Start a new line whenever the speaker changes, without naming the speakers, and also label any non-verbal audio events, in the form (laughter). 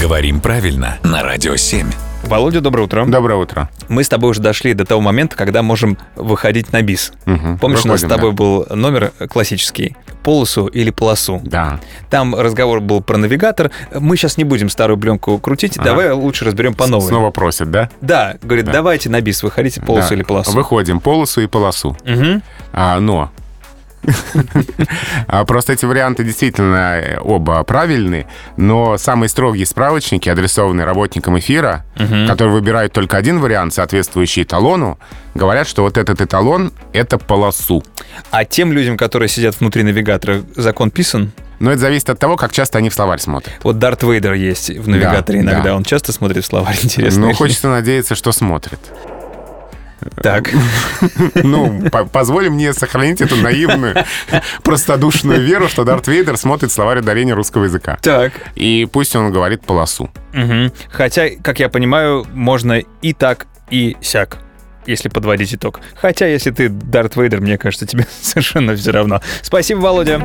Говорим правильно на Радио 7.
Володя, доброе утро.
Доброе утро.
Мы с тобой уже дошли до того момента, когда можем выходить на бис.
Мгм.
Помнишь, у нас с
Проходим,
тобой был номер классический? Полосу или полосу?
Да.
Там разговор был про навигатор. Мы сейчас не будем старую пленку крутить.
Ага.
Давай лучше разберем по новой.
Снова просят, да?
Да, говорит,
Да.
давайте на бис выходите полосу
Да.
или полосу.
Выходим полосу и полосу.
Мгм. (laughs)
А, но. А, Просто эти варианты действительно э, оба правильны, но самые строгие справочники, адресованные работникам эфира, которые выбирают только один вариант, соответствующий эталону, говорят, что вот этот эталон — это полосу.
А тем людям, которые сидят внутри навигатора, закон писан.
Но это зависит от того, как часто они в словарь смотрят.
Вот Дарт Вейдер есть в навигаторе
Да, Ну,
иногда.
да.
Он часто смотрит в словарь, (laughs) интересно.
Но хочется надеяться, что смотрят.
Так.
Ну, по- позволь мне сохранить эту наивную, простодушную веру, что Дарт Вейдер смотрит словарь ударения русского языка.
Так.
И пусть он говорит полосу.
Мгм. Хотя, как я понимаю, можно и так, и сяк, если (laughs) подводить итог. Хотя, если ты Дарт Вейдер, мне кажется, тебе совершенно все равно. Спасибо, Володя.